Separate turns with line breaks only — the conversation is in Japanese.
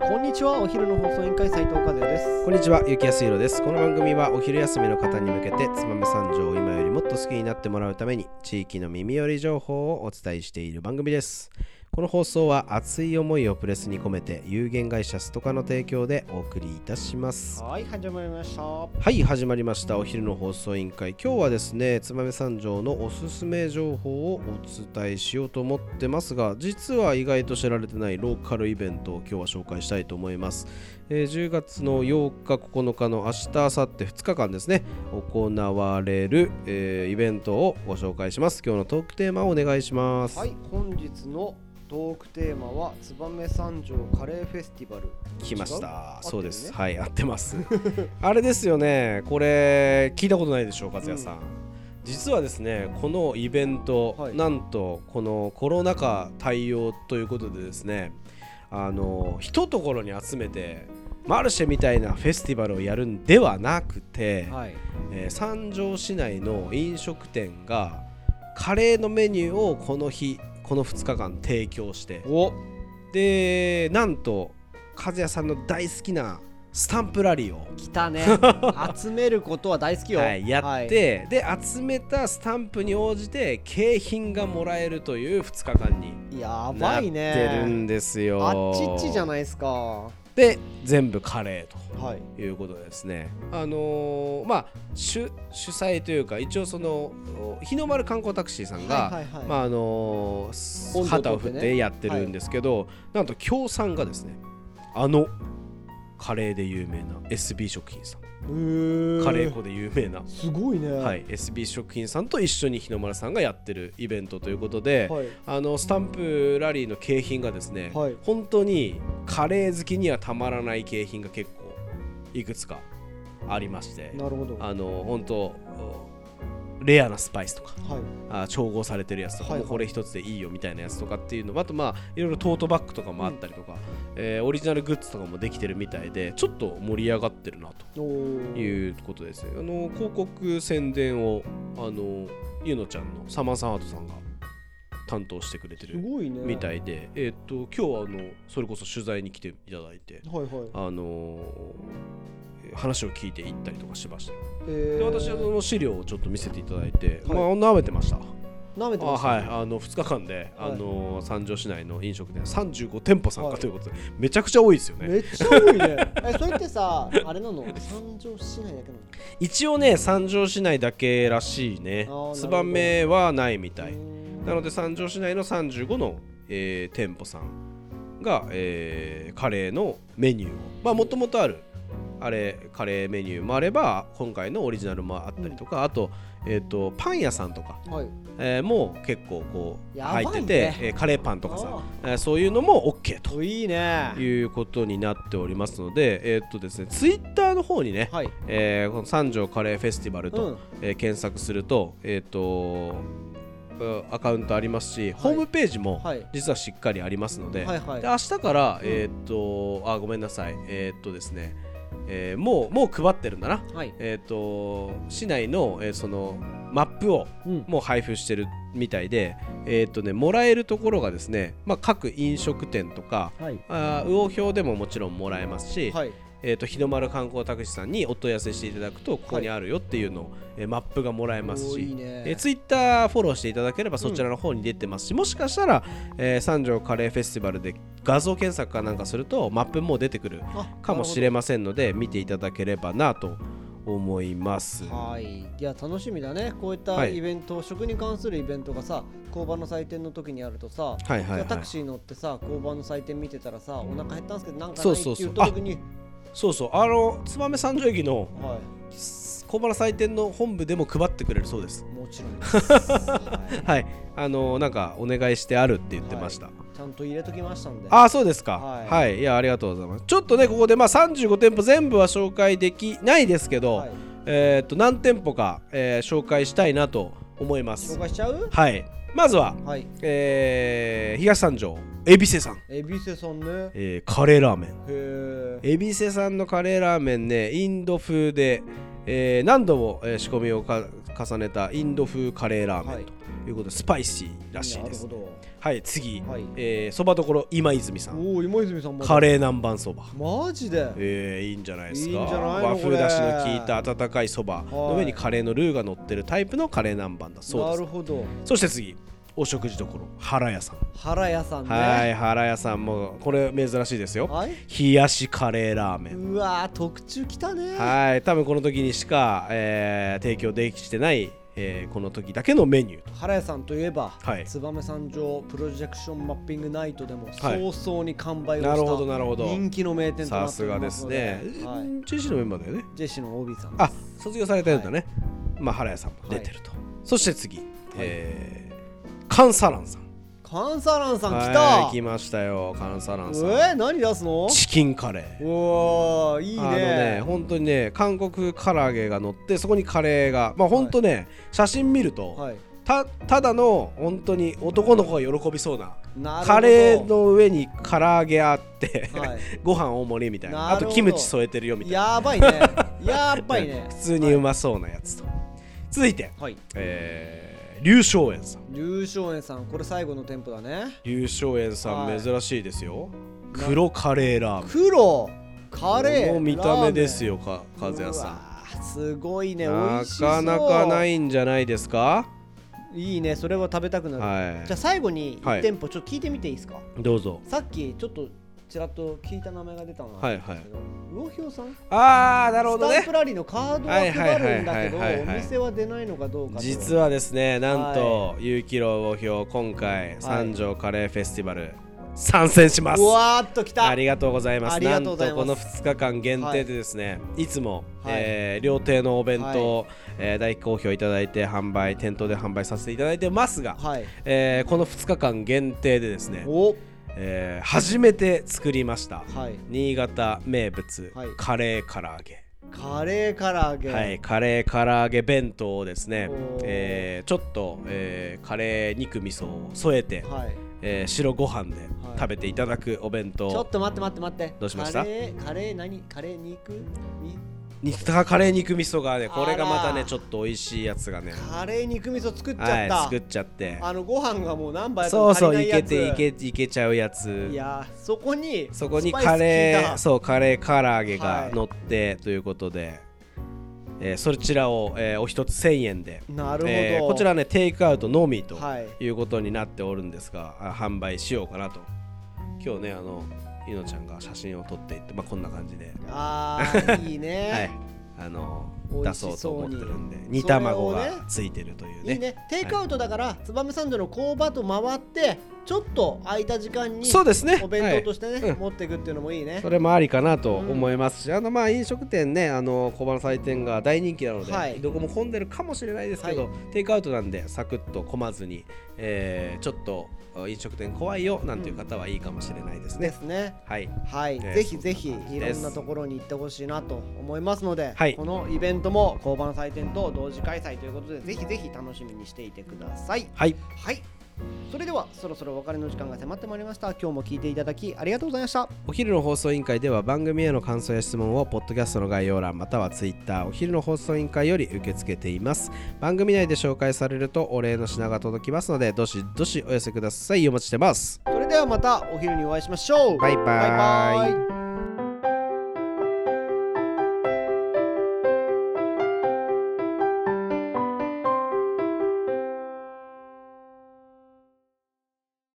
こんにちはお昼の放送委員会斉藤和也です
こんにちは、ゆきやすいろです。この番組はお昼休みの方に向けて、つまめ三条を今よりもっと好きになってもらうために、地域の耳寄り情報をお伝えしている番組です。この放送は熱い思いをプレスに込めて、有限会社ストカの提供でお送りいたします。
はい始まりましたは
はい、始まりました。お昼の放送委員会。今日はですね、つまめ三条のおすすめ情報をお伝えしようと思ってますが、実は意外と知られてないローカルイベントを今日は紹介したいと思います。えー10月の8日9日の明日明後日2日間ですね行われる、えーイベントをご紹介します今日のトークテーマをお願いします
い本日のトークテーマは燕三条カレーフェスティバル
来ました
違う
そうで
合って
す、
る
はい合ってます あれですよねこれ聞いたことないでしょう勝也さん、実はですねこのイベント、
はい
なんとこのコロナ禍対応ということでですねあの一ところに集めてマルシェみたいなフェスティバルをやるんではなくて、
はい
えー三条市内の飲食店がカレーのメニューをこの日この2日間提供して
お
でなんと和也さんの大好きなスタンプラリーを、
来た ね集めることは大好きよ、
はいや
はい
って、で集めたスタンプに応じて景品がもらえるという2日間に
や
な
ば
って
い
る
ね
んですよ。
あっちっちじゃないですかは
で全部カレーと。
い
いうことですね。あのーまあ主主催というか一応そのお日の丸観光タクシーさん
は
が、
いはいはい
まああのーす
温度を
旗を振
取
っ
ってね
てやってるんですけど、なんと協賛がですねあのカレーで有名な SB 食品さん、カ
カ
レー粉で有名な、
すごいね
はい、SB 食品さんと一緒に日の丸さんがやってるイベントということで、
はい
あのスタンプラリーの景品がですね、
はい
本当にカレー好きにはたまらない景品が結構いくつかありまして
なるほどは
あの本当レアなスパイスと
い
かあ調合されてるやつとか、
はいはい
もうこれ一つでいいよみたいなやつとかっていうのもあとまあいろいろトートバッグとかもあったりとか、えーオリジナルグッズとかもできてるみたいでちょっと盛り上がってるなと
おー
いうことですね。あの広告宣伝をあのゆのちゃんのサマーサンハートさんが担当してくれて
す
る
ごいね
みたいで、えーっと今日はあのそれこそ取材に来ていただいて、
はいはい
あのー話を聞いていったりとかしましたよ。
え
で
ー
私はその資料をちょっと見せていただいて、
はい
まあ舐めてました。
舐めて
あ
ます
はい、あの2日間で、
はい
あのー三条市内の飲食店35店舗参加ということで、めちゃくちゃ多いですよね。
めっちゃ多いね えそれってさあれなの三条市内だけな
一応ね三条市内だけらしいね
あーなるほど
燕はないみたい
の
なので三条市内の35の、えー店舗さんが、えーカレーのメニューをまあもともとあるあれカレーメニューもあれば今回のオリジナルもあったりとか、あと,、えー、とパン屋さんとか、
はい
えーも結構こう
やばい
入
ね
ってて、えーカレーパンとかさ、
あ
えーそういうのも OK と。
ーいいね
いうことになっておりますので、えーっとですね、ツイッターの方にね、
はい
えーこの三条カレーフェスティバル
う
と、
ん
えー検索すると,、えー、とうアカウントありますし、ホームページも、
はい
実はしっかりありますので,、
はいはい
で明日から、
うん
えー、とあごめんなさいえー、っとですね、えーもうもう配ってるんだな、
はい
えー、と市内の,、えーそのマップを
うん
もう配布してるみたいで、えーっとね、もらえるところがですね、まあ、各飲食店とか
はい
あー魚票でももちろんもらえますし、
はい
えー、と日の丸観光タクシーさんにお問い合わせしていただくとここにあるよっていうのを、えーマップがもらえます
おー
し
いいね
えツイッター Twitter フォローしていただければそちらの方に出てますし、もしかしたら、えー三条カレーフェスティバルで画像検索かなんかするとマップも出てくる
あ
かもしれませんので見ていただければなと思います。
はいいや楽しみだねこういった
はい
イベント、食に関するイベントがさ交番の祭典の時にあるとさ、
はいはいは
じ
い
ゃあタクシー乗ってさ交番の祭典見てたらさお腹減ったんですけどなんか
そ
ないっ
う
て
そうそ
言
う
った時に
そうそうあの燕三条駅の
は
小原祭典の本部でも配ってくれるそうです。
いも ちろんです、はい
はい、あのなんかお願いしてあるって言ってました。
ちゃんと入れときましたんで
ああそうですか
は
はいい、い、やありがとうございますちょっとねここでまあ35店舗全部は紹介できないですけど、
はい
えーっと何店舗か、えー紹介したいなと思いま
紹
す
介しちゃう
はいまずは、
はい
えー東三条恵比寿さん、
えびせさんねへ
えーカレーラーメン
え
恵比寿さんのカレーラーメンねインド風で、えー何度も、えー仕込みをか重ねたインド風カレーラーメンということで、スパイシーらしいです
なるほど
はい次
はい
えーそばどころ今泉さん
おお今泉さんも
カレー南蛮そば
マジで
えー、いいんじゃないですか
いいんじゃないの
和
こ
風
れ
だしの効いた温かいそばの上にカレーのルーが乗ってるタイプのカレー南蛮だそう
な
です
るほど
そして次お食事どころ原屋さん、
原屋さんね
はい原屋さんもこれ珍しいですよ
はい
冷やしカレーラーメン
うわー特注来たね
はい多分この時にしか、えー提供できてない、えーこの時だけのメニュー
原屋さんといえば
はい
燕三条プロジェクションマッピングナイトでも
はい
早々に完売を
なるほど
し
なるほ
た
ど
人気の名店とな
さ
って
す
おり
が
ま
です
すので
ね、
はい
中止のメンバーだよね
ジェシーの OB さんで
あ
す
卒業されてるんだね、まあ原屋さんも出てると、そして次、えーカンサランさん
カンサランさん来
はい
た
来ましたよカンサランさん
えー何出すの
チキンカレー
おーいい
あのね
ね
本当にね韓国唐揚げが乗ってそこにカレーがまあ本当ね、写真見ると、
はい
たただの本当に男の子が喜びそうな
なるほど
カレーの上に唐揚げあって、
は
ご飯大盛りみたいな
な
あ
るほ
と
ど
キムチ添えてるよみ
い
たいな
やばいねやっば いね
普通にうまそうなやつと、続いて、
はい
えー、龍昇園さん
龍翔園さんこれ最後の店舗だね
龍昇園さん、
はい
珍しいですよ黒カレーラーメン
黒カレー
この見た目です
よ
よか和也さ
んすごい
ん
ね美
な
味しそう
かなかないいんじゃないですか
いいねそれは食べたくなる、
は
じゃあ最後に
はい
1店舗ちょっと聞いてみていいですか、
いどうぞ
さっきちょっとちらっと聞いた名前が出たの
はいはい
魚票さん
ああなるほど
スタン
ね
プラリーのカードは配るんだけど
はいはいはいはいはい
お店は出ないのかどうか
実
は
はですねなんと有機郎を表今回三条カレーフェスティバル参戦します
うわーっときた
ありがとうございます
あり
な
が
ん
とう
と
ございます
この2日間限定でですね、い、つも、
はい
えー料亭のお弁当、えー大好評いただいて販売店頭で販売させていただいてますが、
はい
えーこの2日間限定でですね、
お
えー初めて作りました
はい
新潟名物、
はい
カレー唐揚げ
カレーから揚げ
はい、カレー唐揚げ弁当をですね
おー、
えーちょっと、えーカレー肉味噌を添えて、
はい
えー白ご飯で
はい
食べていただくお弁当、
ちょっと待って待って待って
どうしました
カレーカレー何カレー肉に
肉カレー肉味噌がねこれがまた
あ
ね
ら
ちょっと美味しいやつがね
カレー肉味噌作っちゃった、
はい作っちゃって
あのご飯がもう何杯
そうそう
い
いけていけいけちゃうやつ
いやーそこに
そこに
スパイス
カレ
効
ー
い
そうカレー唐揚げ
は
が
い
乗ってということで、えーそちらを、えーお一つ1000円で
たなるほど、
えーこちらねテイクアウトのみと
はい
いうことになっておるんですが、あ販売しようかなと今日ねあのいのちゃんが写真を撮っていって、まあ、こんな感じで、
あーいいね、
はいあの
美
出
味
そ
し
うと
そう
思
に
ってるんで煮卵
それをね
がついてるという
いいねテイクアウトだから燕三条の工場と回ってちょっと空いた時間に
そうですね
お弁当と
し
してね、
はいうん
持っていくっていうのもいいね
それもありかなと思いますし、あのまあ飲食店ねあの小腹祭典が大人気なので、
はい
どこも混んでるかもしれないですけど、
は
テイクアウトなんでサクッと混まずに、えーちょっとあ飲食店怖いよなんていう方はいいかもしれないですね。
ですね
はい
はい、
ね
ぜひぜひ
そんな感じ
い
で
ろ
す
んなところに行ってほしいなと思いますので、
はい
このイベントも交番祭典と同時開催ということでぜひぜひ楽しみにしていてください
はい
はいそれではそろそろお別れの時間が迫ってまいりました今日も聞いていただきありがとうございました
お昼の放送委員会では番組への感想や質問をポッドキャストの概要欄またはツイッターお昼の放送委員会より受け付けています番組内で紹介されるとお礼の品が届きますのでどしどしお寄せくださいお待ちしてます
それではまたお昼にお会いしましょう
バイバイ
バイバイ